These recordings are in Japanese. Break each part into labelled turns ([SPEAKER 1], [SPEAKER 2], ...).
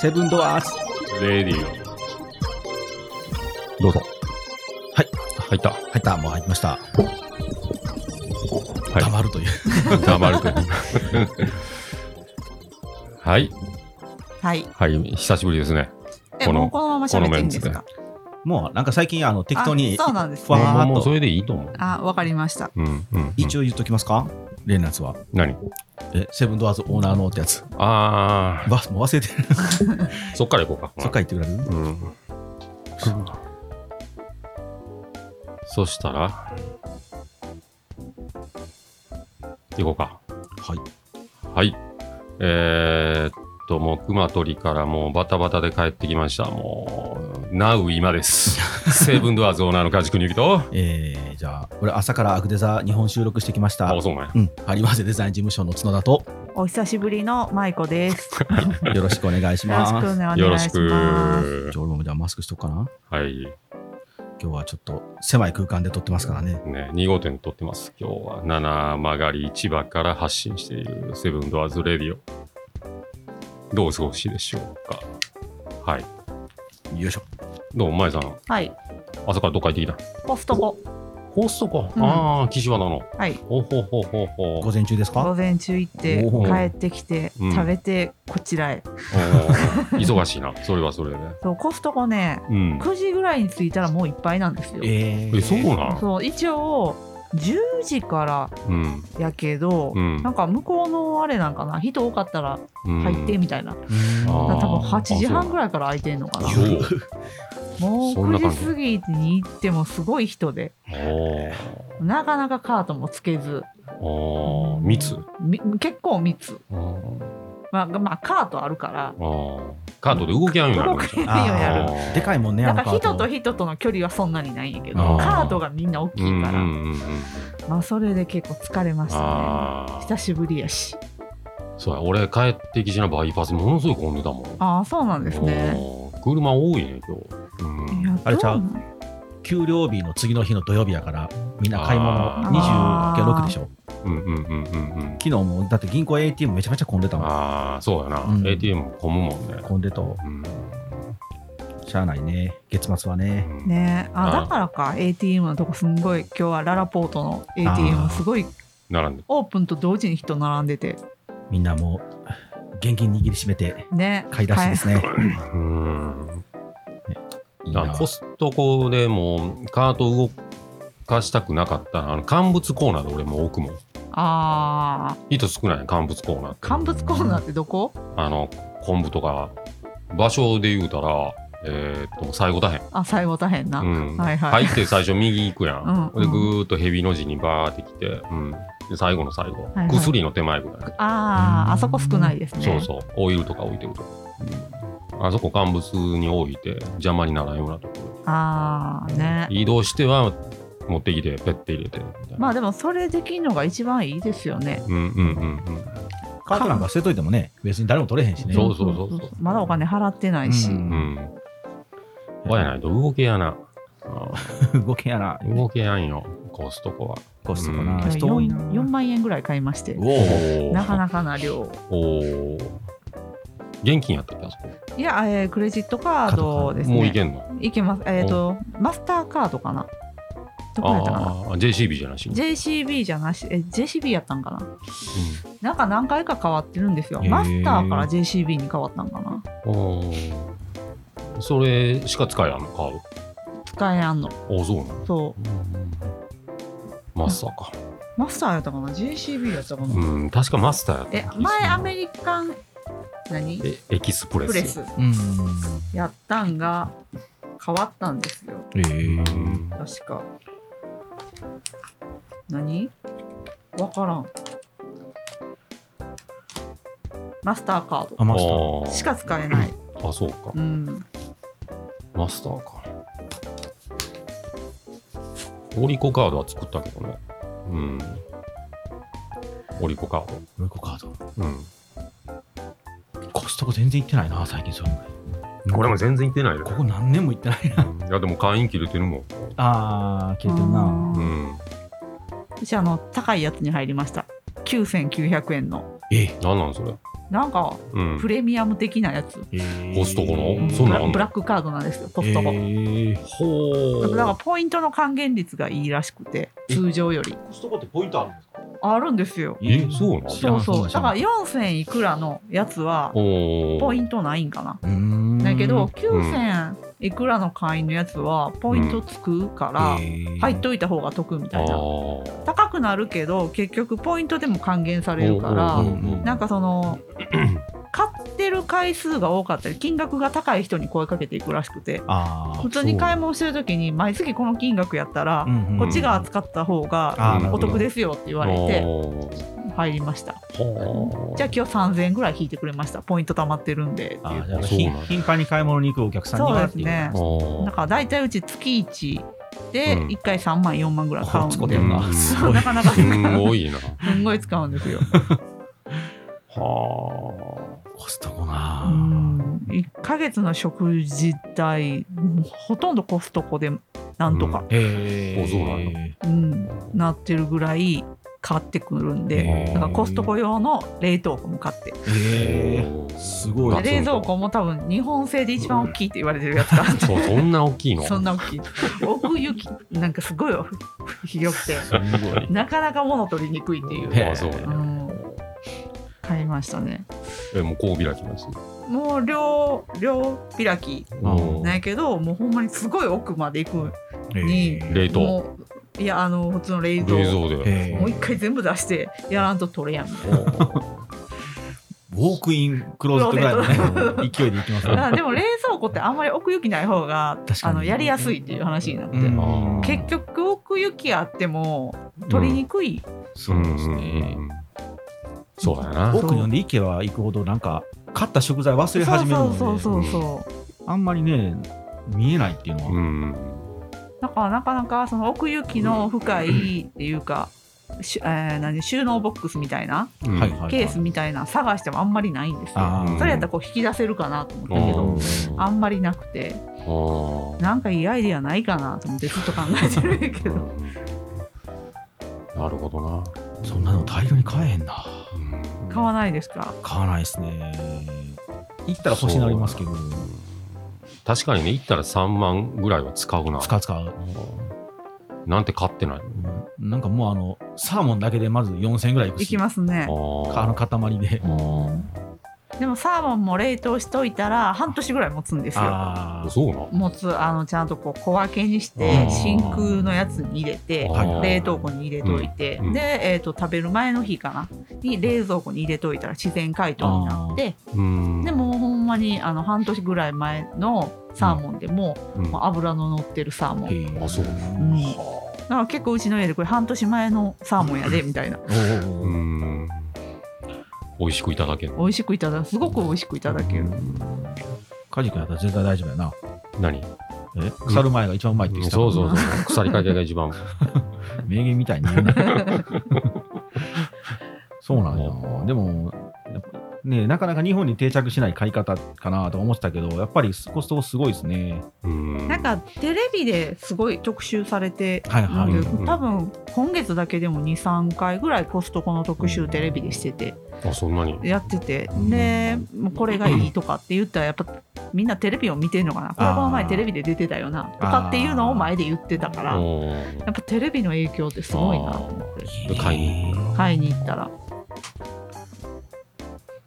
[SPEAKER 1] セブンドアーズ。
[SPEAKER 2] レディ
[SPEAKER 1] どうぞ。
[SPEAKER 2] オ。入った。
[SPEAKER 1] 入った、もう入りました。
[SPEAKER 2] い
[SPEAKER 1] たまるという。
[SPEAKER 2] 黙るという。 はい。
[SPEAKER 3] はい。
[SPEAKER 2] はい。久しぶりですね。
[SPEAKER 3] え、
[SPEAKER 2] この
[SPEAKER 3] もうこのまま喋っていいんですか
[SPEAKER 1] もうなんか最近、あの、適当に
[SPEAKER 3] あ、そうなんです
[SPEAKER 1] わ
[SPEAKER 3] ね。
[SPEAKER 1] ーっ
[SPEAKER 2] もう
[SPEAKER 1] と
[SPEAKER 2] もうそれでいいと思う。
[SPEAKER 3] あ、わかりました。
[SPEAKER 2] うん。うん。
[SPEAKER 1] 一
[SPEAKER 2] 応。
[SPEAKER 1] 応言っときますかレイナツは。
[SPEAKER 2] 何
[SPEAKER 1] え、セブンドアーズオーナーのってやつ。
[SPEAKER 2] あ
[SPEAKER 1] わもう忘れてる。
[SPEAKER 2] あ、そっから行こうか。
[SPEAKER 1] そっから言ってくれる
[SPEAKER 2] うん。そしたら、行こうか。
[SPEAKER 1] はい。
[SPEAKER 2] はい。えー、っと、もう、熊取からもうバタバタで帰ってきました。もう、なう 今です。セブンドアーズオーナーの家畜に行くと、
[SPEAKER 1] えー、じゃあ、俺、朝からアグデザ日本収録してきました。
[SPEAKER 2] あ、
[SPEAKER 1] う
[SPEAKER 2] そうなんや。
[SPEAKER 1] ん。ハリワーゼデザイン事務所の角田と、
[SPEAKER 3] お久しぶりの舞子です。よ
[SPEAKER 1] よろしくお願いし
[SPEAKER 3] ろ
[SPEAKER 1] ま
[SPEAKER 3] し
[SPEAKER 1] す。
[SPEAKER 3] くお
[SPEAKER 1] じゃ
[SPEAKER 3] 願いします。
[SPEAKER 2] よろしく。
[SPEAKER 1] あ、俺もじゃあマスクしとくかな。
[SPEAKER 2] はい。
[SPEAKER 1] 今日はちょっと狭い空間で撮ってますからね。
[SPEAKER 2] ね、2号店撮ってます。今日は七曲り市場から発信しているセブンドアーズレディオ。どうお過ごしでしょうか。はい。
[SPEAKER 1] よいしょ。
[SPEAKER 2] どうも、前さん、
[SPEAKER 3] はい。
[SPEAKER 2] 朝からどっか行ってきた
[SPEAKER 3] コストコ。
[SPEAKER 2] コストか。
[SPEAKER 3] うん
[SPEAKER 2] ああ、岸和田の。
[SPEAKER 3] はい。
[SPEAKER 2] ほうほうほうほうほう。
[SPEAKER 1] 午前中です
[SPEAKER 3] 午
[SPEAKER 1] か
[SPEAKER 3] 前中行って、
[SPEAKER 1] お
[SPEAKER 3] 帰
[SPEAKER 2] ー
[SPEAKER 3] ってきて、
[SPEAKER 2] うん
[SPEAKER 3] 食べて、こちらへ。
[SPEAKER 2] おー忙しいな。それはそれで。
[SPEAKER 3] そう、コストコね、
[SPEAKER 2] うん。
[SPEAKER 3] 9時ぐらいに着いたらもういっぱいなんですよ。
[SPEAKER 1] えー
[SPEAKER 2] え、そうなん
[SPEAKER 3] そう、一応、10時から
[SPEAKER 2] うん。
[SPEAKER 3] やけど、
[SPEAKER 2] うん
[SPEAKER 3] なんか向こうのあれなんかな、人多かったら
[SPEAKER 2] うん
[SPEAKER 3] 入ってみたいな。
[SPEAKER 1] うん
[SPEAKER 2] あ
[SPEAKER 3] だから多分
[SPEAKER 2] あー
[SPEAKER 3] 8時半ぐらいから空いてんのかな。
[SPEAKER 2] そう
[SPEAKER 3] もう
[SPEAKER 2] そんな感
[SPEAKER 3] 9
[SPEAKER 2] じ
[SPEAKER 3] 時過ぎに行ってもすごい人で、
[SPEAKER 2] おー
[SPEAKER 3] なかなかカートもつけず、
[SPEAKER 2] おー密。
[SPEAKER 3] み結構密。
[SPEAKER 2] あー
[SPEAKER 3] まあ、まあ、カートあるから、
[SPEAKER 2] あー。カードで動き合うようになるん
[SPEAKER 3] 動
[SPEAKER 2] で
[SPEAKER 3] か
[SPEAKER 2] す
[SPEAKER 3] へん
[SPEAKER 2] よ
[SPEAKER 3] ようになる。
[SPEAKER 1] でかいもんね、
[SPEAKER 3] だ
[SPEAKER 1] あ
[SPEAKER 3] か
[SPEAKER 1] の
[SPEAKER 3] ら
[SPEAKER 1] カー
[SPEAKER 3] 人
[SPEAKER 1] ト
[SPEAKER 3] と。人との距離はそんなにないんやけど、
[SPEAKER 2] あー
[SPEAKER 3] カートがみんな大き
[SPEAKER 2] うん
[SPEAKER 3] い
[SPEAKER 2] うん
[SPEAKER 3] から、
[SPEAKER 2] うんうん。
[SPEAKER 3] まあ、それで結構疲れましたね。
[SPEAKER 2] ああ。
[SPEAKER 3] 久しぶりやし。
[SPEAKER 2] そうや、俺帰ってきしなバイパスものすごい混んでたもん。
[SPEAKER 3] ああ、そうなんですね。
[SPEAKER 2] おー車多いね、今日。うん
[SPEAKER 3] いや
[SPEAKER 1] あれちゃう
[SPEAKER 3] どなん
[SPEAKER 1] 給料日の次の日の土曜日やから、みんな買い物
[SPEAKER 2] あ
[SPEAKER 3] ー
[SPEAKER 1] 26でしょ。
[SPEAKER 2] うんうんうんうんうん。
[SPEAKER 1] 昨日も、だって銀行 ATM めちゃめちゃ混んでたもん。
[SPEAKER 2] ああ、そうやな。
[SPEAKER 1] うん
[SPEAKER 2] ATM 混むもんね。
[SPEAKER 1] 混んでた。
[SPEAKER 2] うん
[SPEAKER 1] しゃあないね。月末はね。
[SPEAKER 2] うん
[SPEAKER 3] ねあ
[SPEAKER 2] あー
[SPEAKER 3] だからか ATM のとこすんごい今日はララポートの
[SPEAKER 1] あー
[SPEAKER 3] ATM すごい
[SPEAKER 2] 並んで。
[SPEAKER 3] オープンと同時に人並んでて
[SPEAKER 1] みんなもう、現金握りしめて、
[SPEAKER 3] ね
[SPEAKER 1] 買い出しですね。
[SPEAKER 2] うん。
[SPEAKER 1] いい
[SPEAKER 2] だか
[SPEAKER 1] な
[SPEAKER 2] らコストコでもうカート動かしたくなかったら、あの、乾物コーナーで俺もう置くもん。
[SPEAKER 3] あー
[SPEAKER 2] 人少ないね乾物コーナーって。
[SPEAKER 3] 乾物コーナーってどこ
[SPEAKER 2] あの、昆布とか、場所で言うたら、えーっと、最後大変。
[SPEAKER 3] あ最後大変な、
[SPEAKER 2] うん
[SPEAKER 3] はいはい
[SPEAKER 2] 入って最初右行くやん。
[SPEAKER 3] うん
[SPEAKER 2] で、ぐーっと蛇の字にバーって来て、うん、で最後の最後、
[SPEAKER 3] いはい
[SPEAKER 2] 薬の手前ぐらい。
[SPEAKER 3] あ
[SPEAKER 1] うん
[SPEAKER 3] ああそこ少ないですね
[SPEAKER 2] そうそう、オイルとか置いてるとこ。あそこ乾物に置いて邪魔にならんようなところ。
[SPEAKER 3] ああね
[SPEAKER 2] 移動しては持ってきて、ペッて入れてみたいな。
[SPEAKER 3] まあでもそれできるのが一番いいですよね
[SPEAKER 2] うんうんうん
[SPEAKER 1] カートなんか捨てといてもね、別に誰も取れへんしね。
[SPEAKER 2] そうそうそうそう
[SPEAKER 3] まだお金払ってないし、
[SPEAKER 1] うん
[SPEAKER 2] うん。うん。わやないと動けやな。あ
[SPEAKER 1] 動けやな
[SPEAKER 2] ー。動けやんよ、コストコは。
[SPEAKER 1] コストか
[SPEAKER 2] うん
[SPEAKER 1] な。
[SPEAKER 3] 今日
[SPEAKER 1] 人多い
[SPEAKER 3] 4, 4
[SPEAKER 1] な。
[SPEAKER 3] 万円ぐらい買いまして
[SPEAKER 1] おお。
[SPEAKER 2] お
[SPEAKER 3] なかなかな量
[SPEAKER 2] おー現金やったっけ、あそこ。
[SPEAKER 3] いや、えークレジットカードですね
[SPEAKER 2] もういけんの。
[SPEAKER 3] いけます。えっ、と、マスターカードかな。どこやったかな。
[SPEAKER 2] ああー、JCB じゃなしに。
[SPEAKER 3] JCB じゃなし、え、JCB やったんかな。なんか何回か変わってるんですよ。マスターから JCB に変わったんかな。
[SPEAKER 2] うんおーそれしか使えやんの、カー
[SPEAKER 3] 使えやんの。
[SPEAKER 2] ド。あそうなの。
[SPEAKER 3] そう。
[SPEAKER 2] マスターか。
[SPEAKER 3] マスターやったかな。JCB やったかな。
[SPEAKER 2] うん、確かマスターやった
[SPEAKER 3] え
[SPEAKER 2] よ。、
[SPEAKER 3] 前アメリカン、何
[SPEAKER 2] えエキスプレス。
[SPEAKER 3] プレス
[SPEAKER 1] うん。
[SPEAKER 3] やったんが変わったんですよ。
[SPEAKER 1] ええ
[SPEAKER 2] うん
[SPEAKER 3] 確か。何わからん。マスターカード
[SPEAKER 1] あ、マスター。
[SPEAKER 2] あ
[SPEAKER 3] しか使えない。
[SPEAKER 2] あ。あ、そうか
[SPEAKER 3] う。ん。
[SPEAKER 2] マスターか。オリコカードは作ったけどね。うん。オリコカード。
[SPEAKER 1] ロイコカード。
[SPEAKER 2] うん。
[SPEAKER 1] コストコ全然行ってないな、最近そういうの。
[SPEAKER 2] これも全然いってないよ。
[SPEAKER 1] ここ何年も行ってないな。
[SPEAKER 2] うんいや、でも会員切れてるもん。
[SPEAKER 1] あー、消えてるな。
[SPEAKER 2] うん。
[SPEAKER 3] 私あの高いやつに入りました。 9900円の
[SPEAKER 1] え
[SPEAKER 2] なんなんそれ。
[SPEAKER 3] なんか
[SPEAKER 2] うん
[SPEAKER 3] プ。レミアム的なやつ、
[SPEAKER 1] えー
[SPEAKER 2] コストコのそ
[SPEAKER 3] ブ
[SPEAKER 2] んなん
[SPEAKER 3] ラ
[SPEAKER 2] あんの
[SPEAKER 3] ブラックカードなんですよコストコ、
[SPEAKER 1] えー
[SPEAKER 2] ほ
[SPEAKER 3] だから
[SPEAKER 2] う。
[SPEAKER 3] ポイントの還元率がいいらしくて
[SPEAKER 1] え
[SPEAKER 3] 通常より
[SPEAKER 4] コストコってポイントあるんですか
[SPEAKER 3] あるんですよ
[SPEAKER 2] えそうなの
[SPEAKER 1] 知ら
[SPEAKER 3] そ
[SPEAKER 1] ん
[SPEAKER 3] うそうだから
[SPEAKER 1] 知
[SPEAKER 3] 4000いくらのやつは
[SPEAKER 2] お
[SPEAKER 3] ポイ
[SPEAKER 2] ト。
[SPEAKER 3] ントないんかな
[SPEAKER 1] らんうーん
[SPEAKER 3] だけど9000いくらの会員のやつはポイントつくから
[SPEAKER 1] えー
[SPEAKER 3] 入っといた方が得みた
[SPEAKER 2] あ
[SPEAKER 3] いな
[SPEAKER 2] あ。
[SPEAKER 3] 高くなるけど結局ポイントでも還元されるから
[SPEAKER 1] おうおう
[SPEAKER 3] なんか その買ってる回数が多かったり金額が高い人に声かけていくらしくて
[SPEAKER 1] あー
[SPEAKER 3] 普通に買い物してる時に毎月この金額やったら
[SPEAKER 1] うんうん
[SPEAKER 3] こっちが扱った方が
[SPEAKER 1] あーなる
[SPEAKER 3] お
[SPEAKER 1] ほど
[SPEAKER 3] 得ですよって言われて入りましたじゃあ今日3000円ぐらい引いてくれましたポイント貯まってるんでって
[SPEAKER 1] あ
[SPEAKER 3] い
[SPEAKER 1] ー
[SPEAKER 3] う
[SPEAKER 1] じゃあ
[SPEAKER 2] そう
[SPEAKER 1] ひ
[SPEAKER 2] なんだ
[SPEAKER 1] 頻繁に買い物に行くお客さんに
[SPEAKER 3] そう
[SPEAKER 1] は
[SPEAKER 3] で
[SPEAKER 1] っ
[SPEAKER 3] す
[SPEAKER 1] ていう
[SPEAKER 3] ねだから大体うち月1で
[SPEAKER 2] うん
[SPEAKER 3] 1回3万4万ぐらい買うん
[SPEAKER 1] コツコ
[SPEAKER 3] で、
[SPEAKER 1] ツやな
[SPEAKER 2] うん
[SPEAKER 1] す
[SPEAKER 3] そう
[SPEAKER 1] ごい
[SPEAKER 3] なかなか
[SPEAKER 2] す
[SPEAKER 3] す
[SPEAKER 2] んごいな。
[SPEAKER 3] んごい使うんですよ。
[SPEAKER 2] は
[SPEAKER 1] コストコな
[SPEAKER 3] う
[SPEAKER 1] ー
[SPEAKER 3] ん1ヶ月の食事代もうほとんどコストコでなんとか、
[SPEAKER 1] え
[SPEAKER 2] あそうなん
[SPEAKER 3] うんなってるぐらい買ってくるんで、
[SPEAKER 1] へー
[SPEAKER 3] だからコストコ用の冷凍庫も買って
[SPEAKER 2] あ。
[SPEAKER 1] えー
[SPEAKER 2] おー
[SPEAKER 1] すごい
[SPEAKER 2] あ
[SPEAKER 1] あ
[SPEAKER 3] で冷蔵庫も多分日本製で一番大きいって言われてるやつがあって。
[SPEAKER 2] そうそんな大きいの。
[SPEAKER 3] そんな大きい奥行きなんかすごい広くて
[SPEAKER 2] すごい。
[SPEAKER 3] なかなか物取りにくいっていう、
[SPEAKER 1] へ
[SPEAKER 2] あそうね
[SPEAKER 3] うん、買いましたね
[SPEAKER 2] えもうこう開きます。
[SPEAKER 3] もう両両開き
[SPEAKER 1] あ
[SPEAKER 2] うん
[SPEAKER 3] なんやけどもうほんまにすごい奥まで行
[SPEAKER 1] え
[SPEAKER 3] に
[SPEAKER 1] ー
[SPEAKER 2] 冷
[SPEAKER 3] く
[SPEAKER 2] 凍。
[SPEAKER 3] もういやあの普通の冷
[SPEAKER 2] 冷
[SPEAKER 3] 蔵
[SPEAKER 2] 蔵で。
[SPEAKER 1] えー
[SPEAKER 3] もう一回全部出してやらんと取れ やんみたいな
[SPEAKER 1] ウォークインクローゼットぐらいの
[SPEAKER 3] クロ
[SPEAKER 1] ね勢いでいきます
[SPEAKER 3] だか
[SPEAKER 1] ね
[SPEAKER 3] らでも冷蔵庫ってあんまり奥行きない方が
[SPEAKER 1] 確か
[SPEAKER 3] あ
[SPEAKER 1] に
[SPEAKER 3] のやりやすいっていう話になって、
[SPEAKER 1] うん
[SPEAKER 2] あー
[SPEAKER 3] 結局奥行きあっても取りにくい、
[SPEAKER 1] そうですね
[SPEAKER 2] ん。そうやな。
[SPEAKER 1] 奥に呼んで行けば行くほどなんか買った食材忘れ
[SPEAKER 3] そ
[SPEAKER 1] 始
[SPEAKER 3] う
[SPEAKER 1] める
[SPEAKER 3] そ
[SPEAKER 1] の
[SPEAKER 3] う
[SPEAKER 1] で
[SPEAKER 3] そうそうそう
[SPEAKER 1] あんまりね見えないっていうのは、
[SPEAKER 2] うん。
[SPEAKER 3] だからなかなかその奥行きの深いっていうか、しえー何収納ボックスみたいな
[SPEAKER 2] うん
[SPEAKER 1] はいはい、はい、
[SPEAKER 3] ケースみたいな探してもあんまりないんですよ
[SPEAKER 1] あ
[SPEAKER 2] ー
[SPEAKER 3] それやったらこう引き出せるかなと思ったけど
[SPEAKER 2] うん
[SPEAKER 3] あんまりなくて
[SPEAKER 2] あ
[SPEAKER 3] なんかいいアイディアないかなと思ってずっと考えてるんやけど
[SPEAKER 2] あ。なるほどな。
[SPEAKER 1] そんなの大量に買えへんな
[SPEAKER 2] うん
[SPEAKER 3] 買わないですか
[SPEAKER 1] 買わないですね行ったら欲しになりますけど
[SPEAKER 2] 確かにね、行ったら3万ぐらいは使うな。
[SPEAKER 1] 使う使う、
[SPEAKER 2] うんなんて買ってない。
[SPEAKER 1] うんなんかもうあのサーモンだけでまず4000円ぐらいいく
[SPEAKER 3] い
[SPEAKER 1] し
[SPEAKER 3] きますね
[SPEAKER 1] あの
[SPEAKER 2] あ
[SPEAKER 1] 塊で
[SPEAKER 3] でもサーモンも冷凍しといたら半年ぐらい持つんですよ
[SPEAKER 1] あ
[SPEAKER 2] あ。
[SPEAKER 1] ー
[SPEAKER 2] そうな。
[SPEAKER 3] 持つあのちゃんとこう小分けにし
[SPEAKER 2] あ
[SPEAKER 3] て
[SPEAKER 2] ー
[SPEAKER 3] 真空のやつに入れて
[SPEAKER 1] はい
[SPEAKER 2] あー
[SPEAKER 3] 冷凍庫に入れといて、
[SPEAKER 2] うんうん
[SPEAKER 3] で、えー、と食べる前の日かなに冷蔵庫に入れといたら自然解凍になって
[SPEAKER 2] うん
[SPEAKER 3] でもうほんまにあの半年ぐらい前のサーモンでも,、
[SPEAKER 2] うん
[SPEAKER 3] もう油の乗ってるサーモン、
[SPEAKER 1] へー
[SPEAKER 2] あそう
[SPEAKER 3] うん、だから結構うちの家でこれ半年前のサーモンやでみたいな
[SPEAKER 1] おーおーおー
[SPEAKER 2] うん美味しくいただける。
[SPEAKER 3] 美味しくいただすごく美味しくいただける
[SPEAKER 1] カジ君やったら絶対大丈夫やな
[SPEAKER 2] 何
[SPEAKER 1] え腐る前が一番うまいって言ってた
[SPEAKER 2] そうそうそう。腐りかけが一番。
[SPEAKER 1] 名言みたい に言うなそうなんやでもやっぱねなかなか日本に定着しない買い方かなと思ってたけどやっぱりコストコすごいですね
[SPEAKER 2] うん
[SPEAKER 3] なんかテレビですごい特集されて
[SPEAKER 1] はい
[SPEAKER 3] な
[SPEAKER 1] は
[SPEAKER 3] ん
[SPEAKER 1] い、
[SPEAKER 3] で、
[SPEAKER 2] うん
[SPEAKER 3] 多分今月だけでも23回ぐらいコストコの特集テレビでしてて
[SPEAKER 2] あそんなに。
[SPEAKER 3] やってて
[SPEAKER 1] うん
[SPEAKER 3] でもうこれがいいとかって言ったらやっぱみんなテレビを見てんのかなこれこの前テレビで出てたよなとかっていうのを前で言ってたからや
[SPEAKER 2] おー
[SPEAKER 3] っぱテレビの影響ってすごいなと思って
[SPEAKER 2] 買いに行
[SPEAKER 3] 買いに行ったら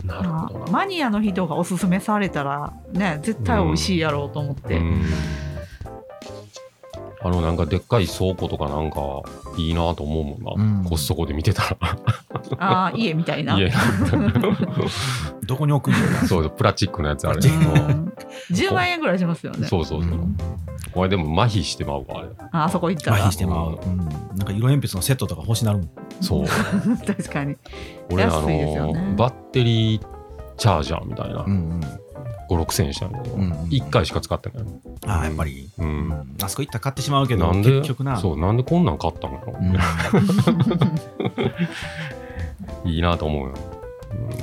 [SPEAKER 2] なるほどな。
[SPEAKER 3] マニアの人がおすすめされたらね絶対美味しいやろうと思って、
[SPEAKER 2] うんあのなんかでっかい倉庫とかなんかいいなと思うもんな、
[SPEAKER 1] うん
[SPEAKER 2] コストコで見てた
[SPEAKER 3] ああ家みたいな
[SPEAKER 2] ら家
[SPEAKER 1] どこに置くんだろうな
[SPEAKER 2] そうそうプラスチックのやつあれ、
[SPEAKER 1] プラスチ
[SPEAKER 3] うん10万円ぐらいしますよね
[SPEAKER 2] そうそうそう、
[SPEAKER 1] うん
[SPEAKER 2] 俺でも麻痺してまうわあれ
[SPEAKER 3] ああそこ行った
[SPEAKER 1] 麻
[SPEAKER 3] ら
[SPEAKER 1] 痺してまう、うん、なんか色鉛筆のセットとか欲しなるもん
[SPEAKER 2] そう
[SPEAKER 3] 確かに
[SPEAKER 2] 俺あの、
[SPEAKER 3] 安いですよね
[SPEAKER 2] バッテリーチャージャーみたいな、
[SPEAKER 1] うんうん
[SPEAKER 2] 56000円したんだけど、
[SPEAKER 1] うんうん
[SPEAKER 2] 一1回しか使ってない、
[SPEAKER 1] ああやっぱり、
[SPEAKER 2] う
[SPEAKER 1] うん
[SPEAKER 2] ん
[SPEAKER 1] あそこ行ったら買ってしまうけど
[SPEAKER 2] なんで
[SPEAKER 1] 結局な、
[SPEAKER 2] そううなんでこんなん買ったのやろ
[SPEAKER 1] うん、
[SPEAKER 2] いいなと思うよ、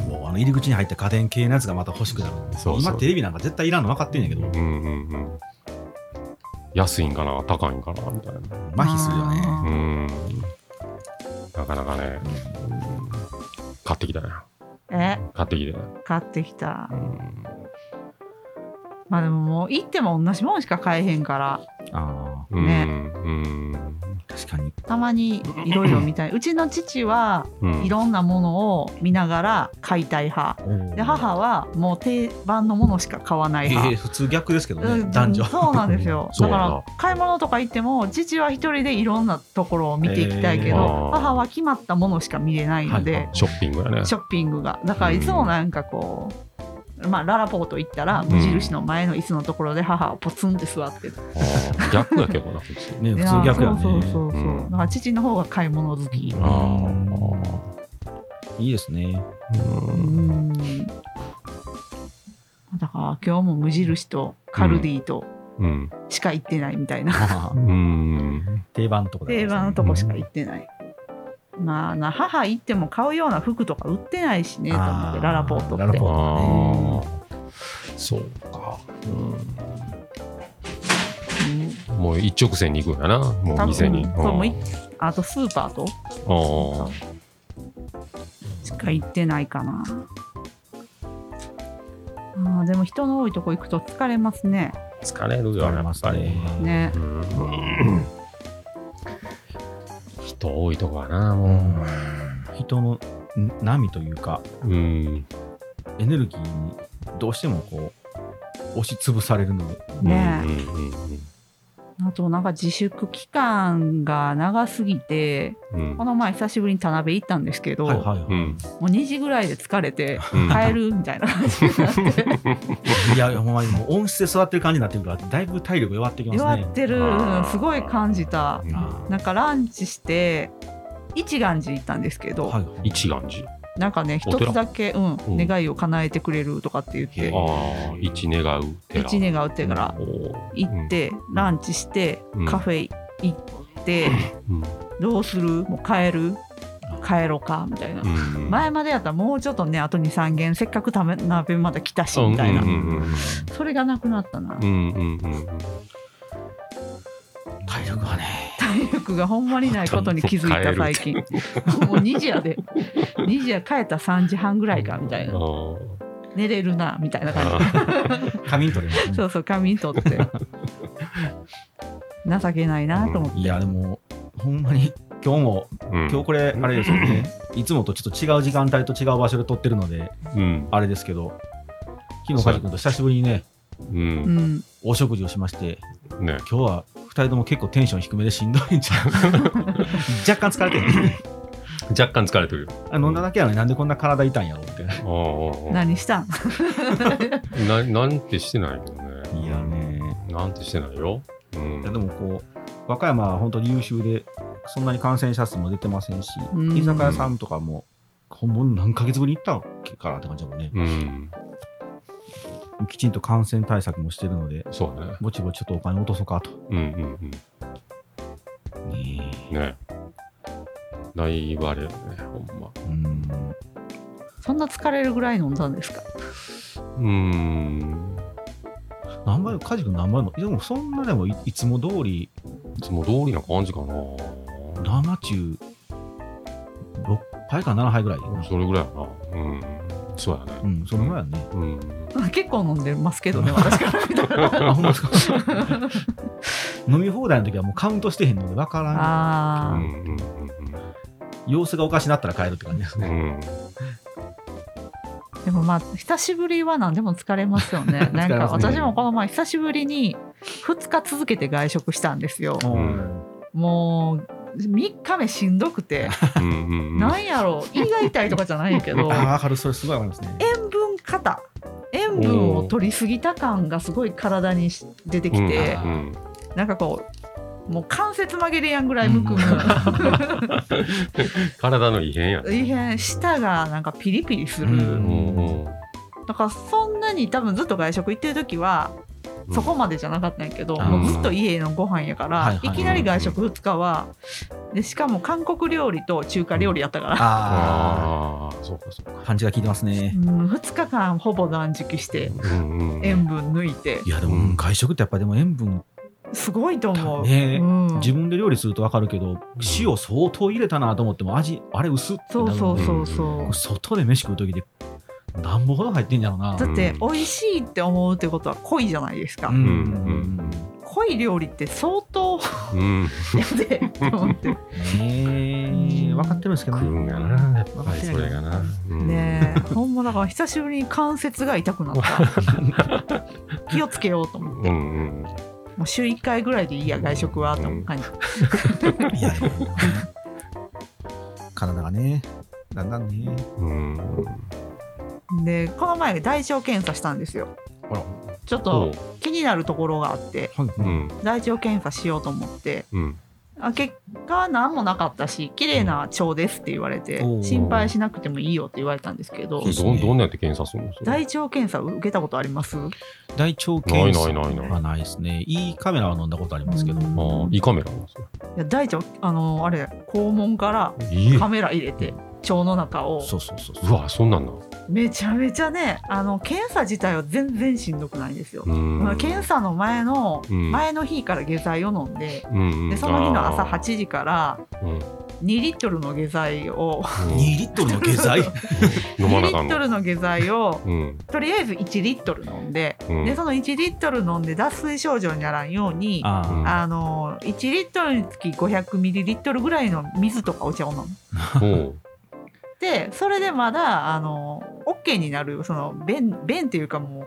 [SPEAKER 1] もうあの入り口に入った家電系のやつがまた欲しくなる
[SPEAKER 2] そうそう
[SPEAKER 1] 今テレビなんか絶対いらんの分かってんやけど
[SPEAKER 2] うん、うんうんうん安いんかな高いんかなみたいな
[SPEAKER 1] 麻痺するよね
[SPEAKER 2] うんなかなかね、買ってきたな。
[SPEAKER 3] え
[SPEAKER 2] 買ってきたな。
[SPEAKER 3] 買ってきた
[SPEAKER 2] うん
[SPEAKER 3] まあでももう行っても同じもんしか買えへんから
[SPEAKER 1] あ
[SPEAKER 2] うん
[SPEAKER 3] ね
[SPEAKER 2] うん
[SPEAKER 1] あ、確かに。
[SPEAKER 3] たまにいろいろ見たいうちの父は
[SPEAKER 2] うん
[SPEAKER 3] いろんなものを見ながら買いたい派で母はもう定番のものしか買わない
[SPEAKER 1] ええ
[SPEAKER 3] 派、
[SPEAKER 1] 普通逆ですけど
[SPEAKER 3] う
[SPEAKER 1] ね、
[SPEAKER 3] ん
[SPEAKER 1] 男女。
[SPEAKER 3] そうなんですよ
[SPEAKER 2] そ
[SPEAKER 3] だ
[SPEAKER 2] うや
[SPEAKER 3] か
[SPEAKER 2] な
[SPEAKER 3] ら買い物とか行っても父は一人でいろんなところを見ていきたいけど、
[SPEAKER 1] えー
[SPEAKER 2] あー
[SPEAKER 3] 母は決まったものしか見れないので、
[SPEAKER 1] はいはい
[SPEAKER 2] ショッピングやね。
[SPEAKER 3] ショッピングがだからいつもなんかこう、まあ、ララポート行ったら無印の前の椅子のところで母はポツンって座ってる、
[SPEAKER 2] あー逆やけどな、普通。
[SPEAKER 1] ね、
[SPEAKER 3] い
[SPEAKER 1] 普
[SPEAKER 3] や
[SPEAKER 1] 通逆や
[SPEAKER 3] そうそうそ
[SPEAKER 1] ね。
[SPEAKER 3] うそう、
[SPEAKER 2] うん
[SPEAKER 3] だから父の方が買い物好き、
[SPEAKER 2] あ
[SPEAKER 1] いいですね。
[SPEAKER 2] ー
[SPEAKER 3] う
[SPEAKER 2] うん
[SPEAKER 3] ん、だから今日も無印とカルディと
[SPEAKER 2] うん
[SPEAKER 3] しか行ってないみたいな、
[SPEAKER 1] あ
[SPEAKER 2] う
[SPEAKER 1] あ
[SPEAKER 2] ん
[SPEAKER 1] 定番のとこだから
[SPEAKER 3] 定
[SPEAKER 1] ですね
[SPEAKER 3] 番のとこしか行ってない、まあな母行っても買うような服とか売ってないしねと思っ
[SPEAKER 1] あ
[SPEAKER 3] て
[SPEAKER 1] ー
[SPEAKER 3] ララポートって
[SPEAKER 1] ララポート
[SPEAKER 2] あーそうか、
[SPEAKER 3] うん
[SPEAKER 2] うんもう一直線に行くんやなもう店に
[SPEAKER 3] 多分そうもういあとスーパーと
[SPEAKER 2] あ
[SPEAKER 3] しか行ってないかなあーでも人の多いとこ行くと疲れますね
[SPEAKER 2] ー疲れるよやっぱり、
[SPEAKER 3] ね
[SPEAKER 2] うん人多いとこはな
[SPEAKER 1] う
[SPEAKER 2] も
[SPEAKER 1] ん人のん波というか、
[SPEAKER 2] ううん
[SPEAKER 1] エネルギーにどうしてもこう、押しつぶされるので。
[SPEAKER 3] ね
[SPEAKER 2] うんうん
[SPEAKER 3] あとなんか自粛期間が長すぎて
[SPEAKER 2] うんうん
[SPEAKER 3] この前久しぶりに田辺行ったんですけど、
[SPEAKER 1] はいはいはい
[SPEAKER 2] うん
[SPEAKER 3] もう2時ぐらいで疲 れて
[SPEAKER 2] うん
[SPEAKER 3] 帰るみたいな感じになって
[SPEAKER 1] いや、ほんまにもう温室で育ってる感じになってるから、だいぶ体力弱ってきます
[SPEAKER 3] 弱
[SPEAKER 1] ね。
[SPEAKER 3] ってるうんすごい感じた
[SPEAKER 1] あ
[SPEAKER 3] なんかランチして一眼寺行ったんですけ
[SPEAKER 1] あ
[SPEAKER 3] ど、
[SPEAKER 1] はいはい
[SPEAKER 2] 一眼寺
[SPEAKER 3] なんかね一
[SPEAKER 2] お寺
[SPEAKER 3] つだけ、うん
[SPEAKER 2] うん
[SPEAKER 3] 願いを叶えてくれるとかって言って
[SPEAKER 1] へ
[SPEAKER 2] ああ一願う寺
[SPEAKER 3] 一年が売ってから
[SPEAKER 2] おー
[SPEAKER 3] 行って、ランチして、
[SPEAKER 2] うん
[SPEAKER 3] カフェ行って、
[SPEAKER 2] うん
[SPEAKER 3] どうするもう帰る帰ろうかみたいな、
[SPEAKER 2] うん
[SPEAKER 3] 前までやったらもうちょっとねあと23軒せっかくため鍋まで来たし
[SPEAKER 2] うん
[SPEAKER 3] みたいな、
[SPEAKER 2] うんうんうん
[SPEAKER 3] それがなくなったな、
[SPEAKER 2] うんうんうんうん
[SPEAKER 1] 体力はね、
[SPEAKER 3] 体力がほんまにないことに気づいた最近 もう2時やで2時や帰ったら3時半ぐらいかみたいな
[SPEAKER 2] ああ
[SPEAKER 3] 寝れるなみたいな感
[SPEAKER 2] あ
[SPEAKER 1] 髪に取れますね
[SPEAKER 3] じそうそう仮眠取って情けないなと思って、
[SPEAKER 1] いや、でも、ほんまに、今日も、
[SPEAKER 2] ーうん
[SPEAKER 1] 今日これ、あれですよね、いつもとちょっと違う時間帯と違う場所で撮ってるので、
[SPEAKER 2] うん
[SPEAKER 1] あれですけど、昨日、カジ君と久しぶりにね、
[SPEAKER 2] う
[SPEAKER 3] うんん、
[SPEAKER 1] お食事をしまして、
[SPEAKER 2] ね
[SPEAKER 1] 今日は2人とも結構テンション低めでしんどいんちゃう若干疲れてる。
[SPEAKER 2] 若干疲れてるよ
[SPEAKER 1] あ飲んだだけやのになんでこんな体痛いんやろうって。
[SPEAKER 2] あああ
[SPEAKER 3] 何したん
[SPEAKER 2] あななんてしてないよ
[SPEAKER 1] い
[SPEAKER 2] ね
[SPEAKER 1] やね。
[SPEAKER 2] なんてしてないようん
[SPEAKER 1] いやでもこう、和歌山は本当に優秀で、そんなに感染者数も出てませんし、
[SPEAKER 3] うん
[SPEAKER 1] 居酒屋さんとかも、ほんまに何ヶ月ぶりに行ったからって感じだもんね。
[SPEAKER 2] うん
[SPEAKER 1] きちんと感染対策もしてるので、
[SPEAKER 2] そうだね
[SPEAKER 1] ぼちぼちちょっとお金落とそうかと。
[SPEAKER 2] うんうん
[SPEAKER 1] ね
[SPEAKER 2] うんねないわれよねほんま
[SPEAKER 1] えうん。
[SPEAKER 3] そんな疲れるぐらい飲んだんですか
[SPEAKER 2] うーん
[SPEAKER 1] 何倍も、カジ君何倍も、でもそんなでもいいつも通り、
[SPEAKER 2] いつも通りな感じかな
[SPEAKER 1] 生中、6杯か7杯ぐらいやな。
[SPEAKER 2] それぐらいやなうんそうやね
[SPEAKER 1] うん、そのぐらいやね。
[SPEAKER 2] うん
[SPEAKER 3] 結構飲んでますけどね、私 から見たら。
[SPEAKER 1] あ、ほんまですか。 飲み放題の時はもうカウントしてへんので分からん。
[SPEAKER 2] うん
[SPEAKER 3] あ
[SPEAKER 2] うん
[SPEAKER 1] 様子がおかしなったら帰るって感じです
[SPEAKER 2] うんう
[SPEAKER 1] ね。
[SPEAKER 2] んうん
[SPEAKER 3] あ、でもまあ、久しぶりは何でも 疲れますよね。な
[SPEAKER 1] 疲
[SPEAKER 3] んか
[SPEAKER 1] れます
[SPEAKER 3] 私
[SPEAKER 1] ね
[SPEAKER 3] もこの前、久しぶりに2日続けて外食したんですよ。
[SPEAKER 1] うん
[SPEAKER 3] もう3日目しんどくて、
[SPEAKER 2] うんうんうん
[SPEAKER 3] なんやろう、胃が痛いとかじゃないんやけど、
[SPEAKER 1] ああ、わかる、それすごいわかりますね。
[SPEAKER 3] 塩分過多。塩分を取りすぎた感がすごい体にし出てきて
[SPEAKER 1] あ、
[SPEAKER 2] うん
[SPEAKER 3] なんかこう、もう関節曲げれやんぐらいむくむ。
[SPEAKER 2] 体の異変やね
[SPEAKER 3] 異変舌がなんかピリピリする、
[SPEAKER 1] うん
[SPEAKER 2] うんうん
[SPEAKER 3] だからそんなに多分ずっと外食行ってる時は
[SPEAKER 2] うん
[SPEAKER 3] そこまでじゃなかったんやけど、
[SPEAKER 1] うん
[SPEAKER 3] もうずっと家のご飯やから、
[SPEAKER 1] はい
[SPEAKER 3] い
[SPEAKER 1] はいはい
[SPEAKER 3] きなり外食2日はでしかも韓国料理と中華料理やったから、
[SPEAKER 1] あ
[SPEAKER 2] ああ、そうかそう
[SPEAKER 1] あ、
[SPEAKER 2] か。
[SPEAKER 1] パンチが効いてます
[SPEAKER 3] う
[SPEAKER 1] ね。
[SPEAKER 3] ん、2日間ほぼ断食して
[SPEAKER 2] うんうんうん
[SPEAKER 3] 塩分抜いて
[SPEAKER 1] いや、でも、うん外食ってやっぱでも塩分
[SPEAKER 3] すごいと思う。
[SPEAKER 1] ね
[SPEAKER 3] うん、
[SPEAKER 1] 自分で料理すると分かるけど、塩相当入れたなと思っても、味、あれ薄ってなる
[SPEAKER 3] そ
[SPEAKER 1] ん
[SPEAKER 3] う
[SPEAKER 1] で
[SPEAKER 3] そうそうそ
[SPEAKER 2] う
[SPEAKER 3] う。
[SPEAKER 1] これ外で飯食うときで、なんぼほど入ってんやろな
[SPEAKER 3] だ。って美味しいって思うってことは濃いじゃないですか、
[SPEAKER 1] うん
[SPEAKER 2] うん
[SPEAKER 3] 濃い料理って相当
[SPEAKER 2] うん。
[SPEAKER 3] やでと思って
[SPEAKER 1] ねえ、分かってるんですけど
[SPEAKER 2] 食うん
[SPEAKER 1] ね。
[SPEAKER 2] やな、やっ
[SPEAKER 1] 分か
[SPEAKER 2] ぱ
[SPEAKER 1] っ
[SPEAKER 2] り
[SPEAKER 1] て
[SPEAKER 2] それがな。うん
[SPEAKER 3] ねえほんまだから久しぶりに関節が痛くなった 気をつけようと思って
[SPEAKER 2] うんうん。
[SPEAKER 3] もう週1回ぐらいでいいや外食はと思う感じ
[SPEAKER 1] いやい やいや体がね、だんだんね。
[SPEAKER 2] うん。
[SPEAKER 3] でこの前大腸検査したんですよ
[SPEAKER 1] ほら、
[SPEAKER 3] ちょ
[SPEAKER 2] そ
[SPEAKER 3] っと気になるところがあって
[SPEAKER 2] う。うん。
[SPEAKER 3] 大腸検査しようと思って
[SPEAKER 2] うん。
[SPEAKER 3] あ結果何もなかったし綺麗な腸ですって言われて
[SPEAKER 1] おー
[SPEAKER 3] 心配しなくてもいいよって言われたんですけど
[SPEAKER 1] そうです
[SPEAKER 2] ど
[SPEAKER 1] ね
[SPEAKER 2] ん、どんなやって検査するのそれ
[SPEAKER 3] 大腸検査受けたことあります
[SPEAKER 1] 大腸検査
[SPEAKER 2] ないないないない
[SPEAKER 1] はないですね。いいカメラは飲んだことありますけど。
[SPEAKER 3] うん
[SPEAKER 2] ああ、胃カメラなんですよ。
[SPEAKER 3] いや大腸あのあれ肛門から
[SPEAKER 2] いい
[SPEAKER 3] カメラ入れて腸の中を
[SPEAKER 1] そうそうそうそう
[SPEAKER 2] うわ、そんなんな。
[SPEAKER 3] めちゃめちゃねあの検査自体は全然しんどくないんですよ、
[SPEAKER 2] うん。
[SPEAKER 3] 検査の前の、
[SPEAKER 2] うん
[SPEAKER 3] 前の日から下剤を飲んで
[SPEAKER 2] うんうん。
[SPEAKER 3] でその日の朝
[SPEAKER 2] あー
[SPEAKER 3] 8。時から
[SPEAKER 2] うんうん
[SPEAKER 3] 2リットルの下剤を
[SPEAKER 1] 2リットルの下剤
[SPEAKER 2] 飲まな
[SPEAKER 3] 2リ
[SPEAKER 2] あかん
[SPEAKER 3] ット
[SPEAKER 2] の。
[SPEAKER 3] ルの下剤を
[SPEAKER 2] うん。
[SPEAKER 3] とりあえず1リットル飲んで、
[SPEAKER 2] うん
[SPEAKER 3] でその1リットル飲んで脱水症状にならんようにあ
[SPEAKER 1] あ
[SPEAKER 3] の1リットルにつき500ミリリットルぐらいの水とかお茶を飲む
[SPEAKER 2] おう。
[SPEAKER 3] でそれでまだあの OK になるその便便っていうかもう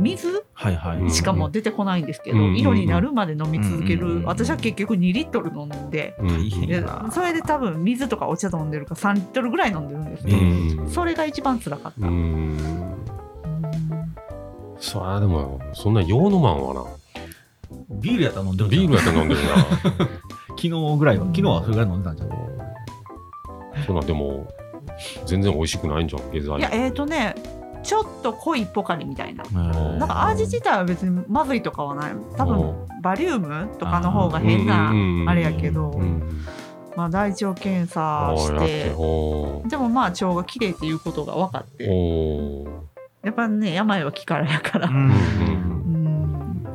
[SPEAKER 3] 水
[SPEAKER 1] あ、はいは
[SPEAKER 2] うん
[SPEAKER 1] い。
[SPEAKER 3] しかも出てこないんですけど、
[SPEAKER 2] うんうんうん
[SPEAKER 3] 色になるまで飲み続ける、
[SPEAKER 1] うんうんうん
[SPEAKER 3] 私は結局2リットル飲んで
[SPEAKER 2] うん
[SPEAKER 1] 大変
[SPEAKER 3] で
[SPEAKER 1] やな
[SPEAKER 3] それで多分水とかお茶飲んでるから3リットルぐらい飲んでるんですけ
[SPEAKER 2] う
[SPEAKER 3] ど、
[SPEAKER 2] ん。
[SPEAKER 3] それが一番つらかった、
[SPEAKER 2] うん。そりゃでも、そんな用のマンはな。
[SPEAKER 1] ビールやったら飲んでるんじゃ
[SPEAKER 2] ビー
[SPEAKER 1] ん
[SPEAKER 2] ルやったら飲んでるな。
[SPEAKER 1] 昨日ぐらいは、昨日はそれぐらい飲んでたんじゃん。
[SPEAKER 2] そんなんでも、全然美味しくないんじゃん、下剤。
[SPEAKER 3] いやえっ、ー、とねちょっと濃いポカリみたいな。
[SPEAKER 2] ん
[SPEAKER 3] なんか味自体は別にまずいとかはない多分バリウムとかの方が変
[SPEAKER 2] う
[SPEAKER 3] なん
[SPEAKER 2] うんうん
[SPEAKER 3] あれやけど、
[SPEAKER 2] うん。
[SPEAKER 3] まあ、大腸検査
[SPEAKER 2] ああ、
[SPEAKER 3] し
[SPEAKER 2] やって
[SPEAKER 3] て。
[SPEAKER 2] おー
[SPEAKER 3] でもまあ腸が綺麗っていうことが分かって
[SPEAKER 2] おー
[SPEAKER 3] やっぱね病は気からやから、
[SPEAKER 1] うん
[SPEAKER 3] うん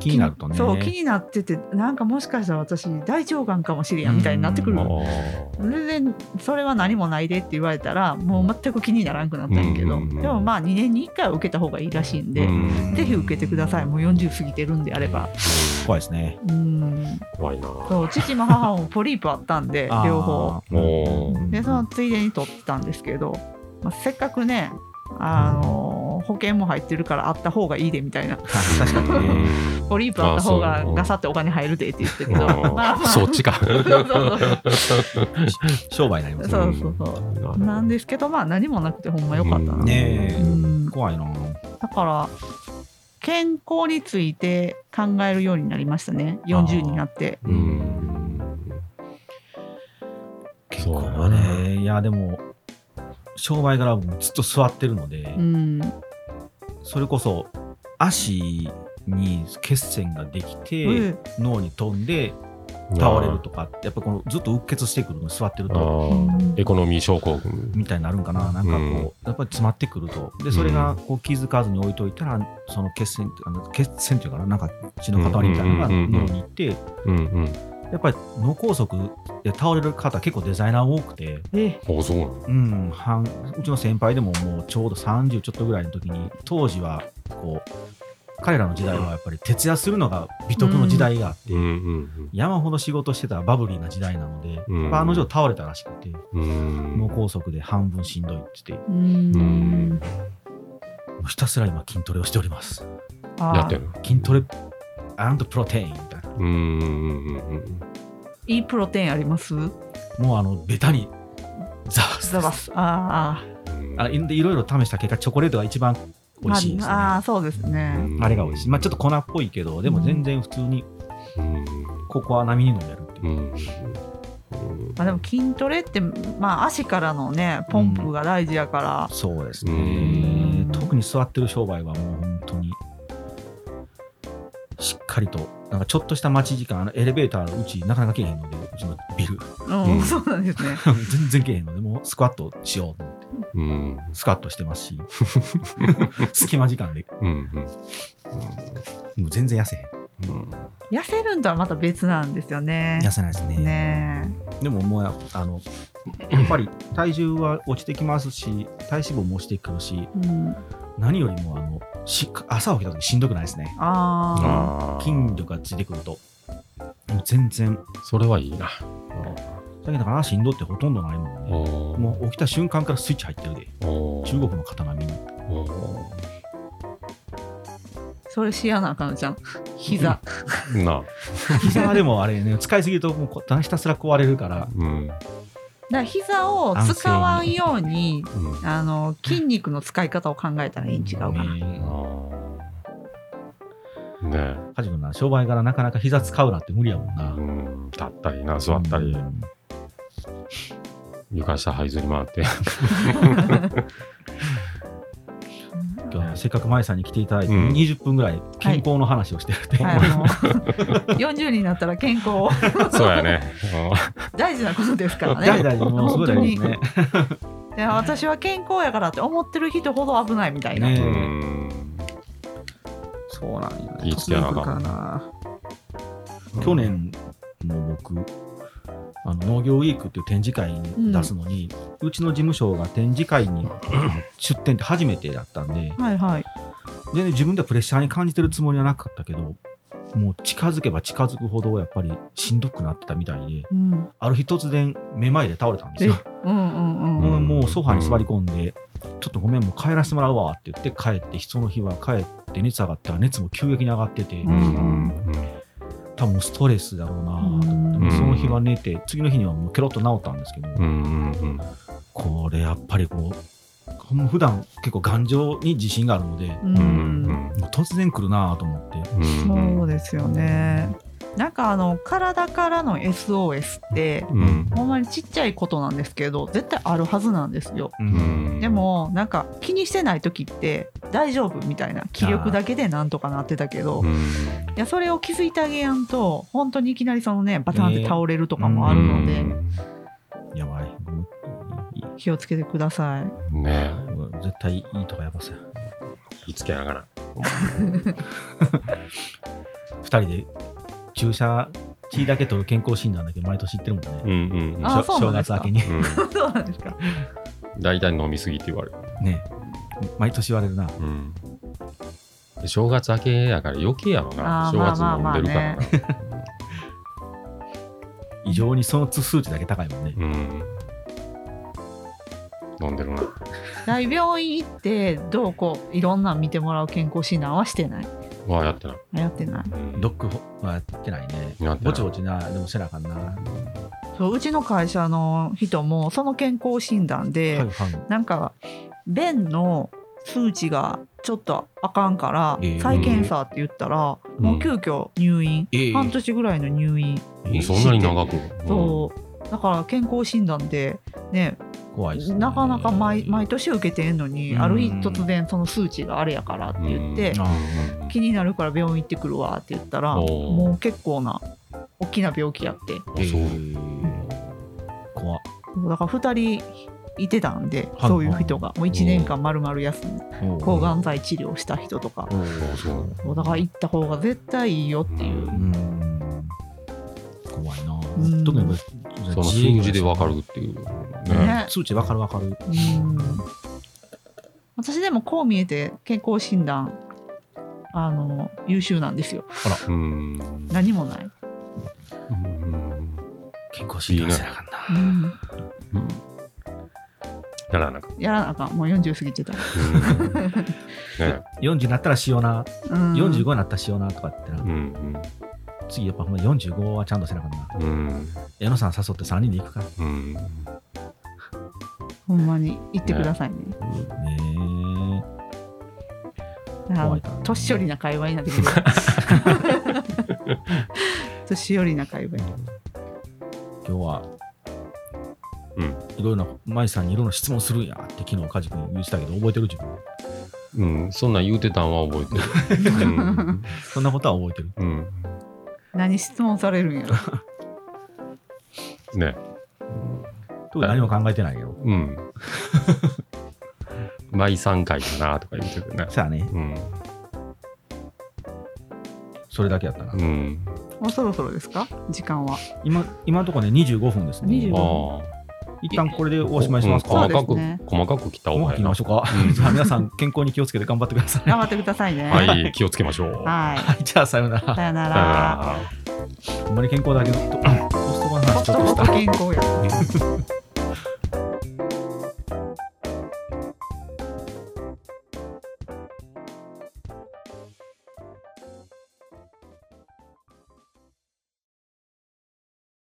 [SPEAKER 1] 気になるとね。
[SPEAKER 3] そう気になっててなんかもしかしたら私大腸がんかもしれんやみたいになってくる
[SPEAKER 1] うん
[SPEAKER 3] の
[SPEAKER 2] あ
[SPEAKER 3] それでそれは何もないでって言われたらもう全く気にならんくなったんやけど、
[SPEAKER 2] うんうんうん
[SPEAKER 3] でもまあ2年に1回は受けた方がいいらしいん
[SPEAKER 2] ー
[SPEAKER 3] で、
[SPEAKER 2] うん
[SPEAKER 3] ぜひ受けてくださいもう40過ぎてるんであれば
[SPEAKER 1] 怖いですね。
[SPEAKER 3] うん
[SPEAKER 2] 怖いな。
[SPEAKER 3] そう父も母もポリープあったんで
[SPEAKER 1] あー
[SPEAKER 3] 両方。
[SPEAKER 2] おー
[SPEAKER 3] でそのついでに取ってたんですけど、まあ、せっかくね、あのー保険も入ってるからあった方がいいでみたいな
[SPEAKER 1] 確かにね。
[SPEAKER 3] ポリープあった方
[SPEAKER 2] あ
[SPEAKER 3] が
[SPEAKER 2] そう
[SPEAKER 3] ガサってお金入るでって言って
[SPEAKER 2] う
[SPEAKER 3] るけ
[SPEAKER 2] ん
[SPEAKER 3] ど まあ
[SPEAKER 2] あ
[SPEAKER 3] ま
[SPEAKER 2] ー
[SPEAKER 3] あ
[SPEAKER 2] そっちか。
[SPEAKER 3] そうそうそう
[SPEAKER 1] 商売になります
[SPEAKER 3] そ
[SPEAKER 1] ね。
[SPEAKER 3] うそうそうなんですけどまあ何もなくてほんま良かったな、
[SPEAKER 2] うん
[SPEAKER 1] ねえ、
[SPEAKER 3] うん、だ
[SPEAKER 1] 怖いな。
[SPEAKER 3] から健康について考えるようになりましたね40になって
[SPEAKER 2] うん。
[SPEAKER 1] 結
[SPEAKER 2] そう
[SPEAKER 1] 構
[SPEAKER 2] だね
[SPEAKER 1] ね。いや、でも、商売柄もずっと座ってるので
[SPEAKER 3] う、ん
[SPEAKER 1] それこそ足に血栓ができて、
[SPEAKER 3] うん
[SPEAKER 1] 脳に飛んで倒れるとかってやっぱこのずっとうっ血してくるの座ってる
[SPEAKER 2] あ
[SPEAKER 1] と
[SPEAKER 2] ー。エコノミー症候群。
[SPEAKER 1] みたいになるんかななんかこう、
[SPEAKER 2] うん
[SPEAKER 1] やっぱり詰まってくるとでそれがこう気づかずに置いといたらその血栓あの血栓っていうかななんか血の塊みたいなのが
[SPEAKER 2] うんうんうんうん
[SPEAKER 1] 脳に行ってや
[SPEAKER 2] うんうん。
[SPEAKER 1] っぱり脳梗塞で倒れる方結構デザイナー多くて、
[SPEAKER 3] え
[SPEAKER 2] あそうなの。
[SPEAKER 1] うん、半うちの先輩でももうちょうど30ちょっとぐらいの時に当時はこう彼らの時代はやっぱり徹夜するのが美徳の時代があって、
[SPEAKER 2] うん
[SPEAKER 1] 山ほど仕事してたバブリーな時代なので、
[SPEAKER 2] うん
[SPEAKER 1] まあ、あの女倒れたらしくて、
[SPEAKER 2] うんうん。
[SPEAKER 1] 脳梗塞で半分しんどいって言って、
[SPEAKER 3] う
[SPEAKER 2] うん
[SPEAKER 3] ん
[SPEAKER 1] ひたすら今筋トレをしております。
[SPEAKER 3] あー
[SPEAKER 2] やってる。
[SPEAKER 1] 筋トレプロテインみたいな。
[SPEAKER 2] うんうんうんうん。
[SPEAKER 3] いいプロテインあります
[SPEAKER 1] もうあの、ベタにザース
[SPEAKER 3] ザバスあー
[SPEAKER 1] あい。いろいろ試した結果、チョコレートが一番
[SPEAKER 3] あー
[SPEAKER 1] 美味しいですね。
[SPEAKER 3] あ
[SPEAKER 1] あ
[SPEAKER 3] ーそうですね、
[SPEAKER 2] うん
[SPEAKER 1] れが美味しい。まあちょっと粉っぽいけど、でも全然普通に
[SPEAKER 2] うん
[SPEAKER 1] ココア並みに飲めるっていうう。
[SPEAKER 2] ん。
[SPEAKER 3] まあ、でも筋トレって、まあ、足からのねポンプが大事やから、
[SPEAKER 1] そうです
[SPEAKER 2] う
[SPEAKER 1] ね。特に座ってる商売はもう本当に、しっかりと、なんかちょっとした待ち時間、あのエレベーターのうちなかなか来えへんので、うちのビル。
[SPEAKER 3] うん
[SPEAKER 2] う ん
[SPEAKER 3] そうなんですね
[SPEAKER 1] 全然来えへんので、もうスクワットしようと思って、
[SPEAKER 2] うん。
[SPEAKER 1] スクワットしてます し、隙間時間で、
[SPEAKER 2] うんうん。
[SPEAKER 1] もう全然痩せへん。
[SPEAKER 2] ううん
[SPEAKER 3] 痩せるんとはまた別なんですよね
[SPEAKER 1] 痩せないですね
[SPEAKER 3] ね
[SPEAKER 1] でももうやあのやっぱり体重は落ちてきますし体脂肪も落ちてくるし
[SPEAKER 3] うん、
[SPEAKER 1] 何よりもあのし朝起きた時しんどくないですね
[SPEAKER 3] あ
[SPEAKER 2] あー
[SPEAKER 1] 筋力がついてくるともう全然
[SPEAKER 2] それはいいな。
[SPEAKER 1] だけどなしんどってほとんどないもんね
[SPEAKER 2] おー
[SPEAKER 1] もう起きた瞬間からスイッチ入ってるで
[SPEAKER 2] おー
[SPEAKER 1] 中国の方がみんな
[SPEAKER 2] おー
[SPEAKER 3] あそれしやなあかんのちゃん膝
[SPEAKER 2] な、
[SPEAKER 1] 膝はでもあれね 使いすぎるともうこうひたすら壊れるから
[SPEAKER 2] うん、
[SPEAKER 3] だから膝を使わんように
[SPEAKER 2] うん。
[SPEAKER 3] あの筋肉の使い方を考えたらいいん違うか
[SPEAKER 1] ね
[SPEAKER 3] な、
[SPEAKER 2] あーね
[SPEAKER 1] えカジ君な商売からなかなか膝使うなって無理やもん
[SPEAKER 2] え、
[SPEAKER 1] な
[SPEAKER 2] うん、立ったりな、座ったり、
[SPEAKER 1] うん
[SPEAKER 2] 床下這いずり回って。
[SPEAKER 1] 今日はせっかく舞さんに来ていただいて、
[SPEAKER 2] うん
[SPEAKER 1] 20分ぐらい健康の話をしてるって、
[SPEAKER 3] はい、あの 40になったら健康
[SPEAKER 2] そうやね。
[SPEAKER 3] 大事なことですから
[SPEAKER 1] いやい
[SPEAKER 3] ね
[SPEAKER 1] やもうすごい大事ですね。
[SPEAKER 3] で私は健康やからって思ってる人ほど危ないみたいな、
[SPEAKER 2] う
[SPEAKER 1] ね
[SPEAKER 2] ん。
[SPEAKER 3] そうなんよ
[SPEAKER 2] 気ぃつけなあかん
[SPEAKER 3] 突然来るからな
[SPEAKER 1] 去年も僕あの農業ウィークっていう展示会に出すのに、うちの事務所が展示会に出展って初めてだったんで
[SPEAKER 3] はいはい
[SPEAKER 1] 全然自分ではプレッシャーに感じてるつもりはなかったけどもう近づけば近づくほどやっぱりしんどくなってたみたいで
[SPEAKER 3] うん、うん
[SPEAKER 1] ある日突然めまいで倒れたんですよ。
[SPEAKER 3] うんうん
[SPEAKER 1] もう
[SPEAKER 2] うん
[SPEAKER 1] もうソファに座り込んで、ちょっとごめん、もう帰らせてもらうわって言って、帰って、その日は帰って、熱上がったら熱も急激に上がってて、
[SPEAKER 2] うんん。
[SPEAKER 1] 多分ストレスだろうなと思って、
[SPEAKER 3] うん
[SPEAKER 1] その日は寝て、次の日にはもうケロッと治ったんですけど、
[SPEAKER 2] うん。うん。うん。
[SPEAKER 1] これやっぱりこう、ほん普段結構頑丈に自信があるので、
[SPEAKER 3] う
[SPEAKER 2] うん。うんん。
[SPEAKER 1] もう突然来るなと思って、
[SPEAKER 2] うん。
[SPEAKER 3] そうですよねなんかあの体からの SOS って
[SPEAKER 2] うん。
[SPEAKER 3] ほんまにちっちゃいことなんですけど絶対あるはずなんですよ
[SPEAKER 2] うん。
[SPEAKER 3] で、もなんか気にしてない時って大丈夫みたいな気力だけでなんとかなってたけど
[SPEAKER 2] うん。
[SPEAKER 3] いやそれを気づいてあげやんと本当にいきなりそのねバタンって倒れるとかもあるので、
[SPEAKER 1] やばい、もういい
[SPEAKER 3] 気をつけてください
[SPEAKER 2] うん。ね
[SPEAKER 1] もう絶対いいとかやばそうや。
[SPEAKER 2] え、気ぃつけながら。
[SPEAKER 1] 2人で注射血だけ取る健康診断だけ毎年行ってるもんね。
[SPEAKER 2] うん。うん。
[SPEAKER 3] あそうな
[SPEAKER 1] 正
[SPEAKER 3] んです
[SPEAKER 1] 月明
[SPEAKER 3] か
[SPEAKER 1] けに。
[SPEAKER 2] う
[SPEAKER 3] そうなんですか
[SPEAKER 2] ん。大体飲みすぎって言われる。
[SPEAKER 1] ね毎年言われるな。
[SPEAKER 2] うん。正月明けやから余計やろな。
[SPEAKER 3] あー
[SPEAKER 2] 正月
[SPEAKER 3] まあ
[SPEAKER 2] 飲
[SPEAKER 3] まあまあ
[SPEAKER 2] んでるから
[SPEAKER 3] ね
[SPEAKER 2] な。
[SPEAKER 1] 異常にその数値だけ高いもんね。
[SPEAKER 2] うん。飲んでるな。
[SPEAKER 3] 大病院行ってどうこういろんなん見てもらう健康診断はしてない
[SPEAKER 2] わあ、やってない。
[SPEAKER 3] やってない
[SPEAKER 2] うん
[SPEAKER 1] ドックはやってないね
[SPEAKER 2] やってな
[SPEAKER 1] ぼ
[SPEAKER 2] い。
[SPEAKER 1] ちぼちな、でもせなあかんな。は
[SPEAKER 3] そううちの会社の人もその健康診断
[SPEAKER 1] い
[SPEAKER 3] で、
[SPEAKER 1] はい。
[SPEAKER 3] なんか便の数値がちょっとあかんから
[SPEAKER 1] えー
[SPEAKER 3] 再検査って言ったら、
[SPEAKER 2] うん
[SPEAKER 3] もう急遽入院、
[SPEAKER 1] えー
[SPEAKER 3] 半年ぐらいの入院、
[SPEAKER 2] うんそんなに長く。
[SPEAKER 3] そうだから健康診断でね
[SPEAKER 1] 怖いですね
[SPEAKER 3] なかなか毎毎年受けてんのに、
[SPEAKER 1] うん
[SPEAKER 3] ある日突然その数値があれやからって言って、
[SPEAKER 1] うん
[SPEAKER 2] あ
[SPEAKER 3] 気になるから病院行ってくるわって言ったら
[SPEAKER 2] おー
[SPEAKER 3] もう結構な大きな病気やって
[SPEAKER 1] えー
[SPEAKER 2] そう
[SPEAKER 1] 怖っ
[SPEAKER 3] だから2人いてたんで
[SPEAKER 1] はい
[SPEAKER 3] そういう人がもう1年間丸々休んで
[SPEAKER 1] おう
[SPEAKER 3] 抗がん剤治療した人とか
[SPEAKER 2] そうそう。
[SPEAKER 3] もうだから行った方が絶対いいよっていう
[SPEAKER 2] うん
[SPEAKER 1] 怖いな
[SPEAKER 3] うん。
[SPEAKER 1] 特に僕
[SPEAKER 2] その数字でわかるっていう。ね。
[SPEAKER 3] ね
[SPEAKER 1] 数値わかるわかる。
[SPEAKER 3] うん私でもこう見えて健康診断あの優秀なんですよ
[SPEAKER 2] うん。
[SPEAKER 3] 何もない、
[SPEAKER 2] うん
[SPEAKER 1] 健康診断せなあかんな。
[SPEAKER 3] うん
[SPEAKER 2] やらなかっ
[SPEAKER 3] やらなあかんもう40過ぎてた、
[SPEAKER 2] た。ね。
[SPEAKER 1] 40になったらしような、
[SPEAKER 3] うん、
[SPEAKER 1] 45になったらしようなとかってな
[SPEAKER 2] う、ん。
[SPEAKER 1] 次やっぱほんま45はちゃんとせなあかんな。
[SPEAKER 2] うん。
[SPEAKER 1] 矢野さん誘って3人で行くか。
[SPEAKER 2] うん。
[SPEAKER 3] ほんまに行ってくださいね
[SPEAKER 1] ねえ。
[SPEAKER 3] だから
[SPEAKER 1] 怖いからね
[SPEAKER 3] 年寄りな会話になってく る年寄りな会話に
[SPEAKER 1] 今日は、
[SPEAKER 2] うん
[SPEAKER 1] いろいろな、舞さんにいろいろ質問するんやって、昨日、カジ君言ってたけど、覚えてる自分。
[SPEAKER 2] うん。そんなん言うてたんは覚えてる。うん
[SPEAKER 1] そんなことは覚えてる。
[SPEAKER 2] うん。
[SPEAKER 3] 何質問されるんやろ
[SPEAKER 2] ね。
[SPEAKER 1] 特に何も考えてないよ。
[SPEAKER 2] うん。毎3回かなとか言うてるね。
[SPEAKER 1] さあね、
[SPEAKER 2] うん。
[SPEAKER 1] それだけやったな、
[SPEAKER 2] うん。
[SPEAKER 3] もうそろそろですか時間は。
[SPEAKER 1] 今今のところね25分ですね
[SPEAKER 3] 25分
[SPEAKER 2] あ
[SPEAKER 1] 一旦これでおしまいしますか、
[SPEAKER 2] あ。
[SPEAKER 3] そ
[SPEAKER 2] 細
[SPEAKER 3] うです
[SPEAKER 2] かく、
[SPEAKER 3] ね
[SPEAKER 2] 細かく切った方
[SPEAKER 1] もう
[SPEAKER 2] が
[SPEAKER 1] 切り
[SPEAKER 2] いいな
[SPEAKER 1] まし。ょうか
[SPEAKER 2] うん
[SPEAKER 1] じゃあ皆さん健康に気をつけて頑張ってください
[SPEAKER 3] 頑
[SPEAKER 1] は
[SPEAKER 3] 張ってくださいね。
[SPEAKER 2] はい、気をつけましょう。さよ
[SPEAKER 3] は
[SPEAKER 1] じゃあさようなら
[SPEAKER 3] い。さよ
[SPEAKER 2] な
[SPEAKER 3] なら。
[SPEAKER 2] ら。
[SPEAKER 1] ほんまに健康だけどとコストコの話
[SPEAKER 3] ち
[SPEAKER 1] ち
[SPEAKER 3] ょ
[SPEAKER 1] ょ
[SPEAKER 3] っ
[SPEAKER 1] っとし
[SPEAKER 3] とほ
[SPEAKER 1] た
[SPEAKER 3] っと健康や。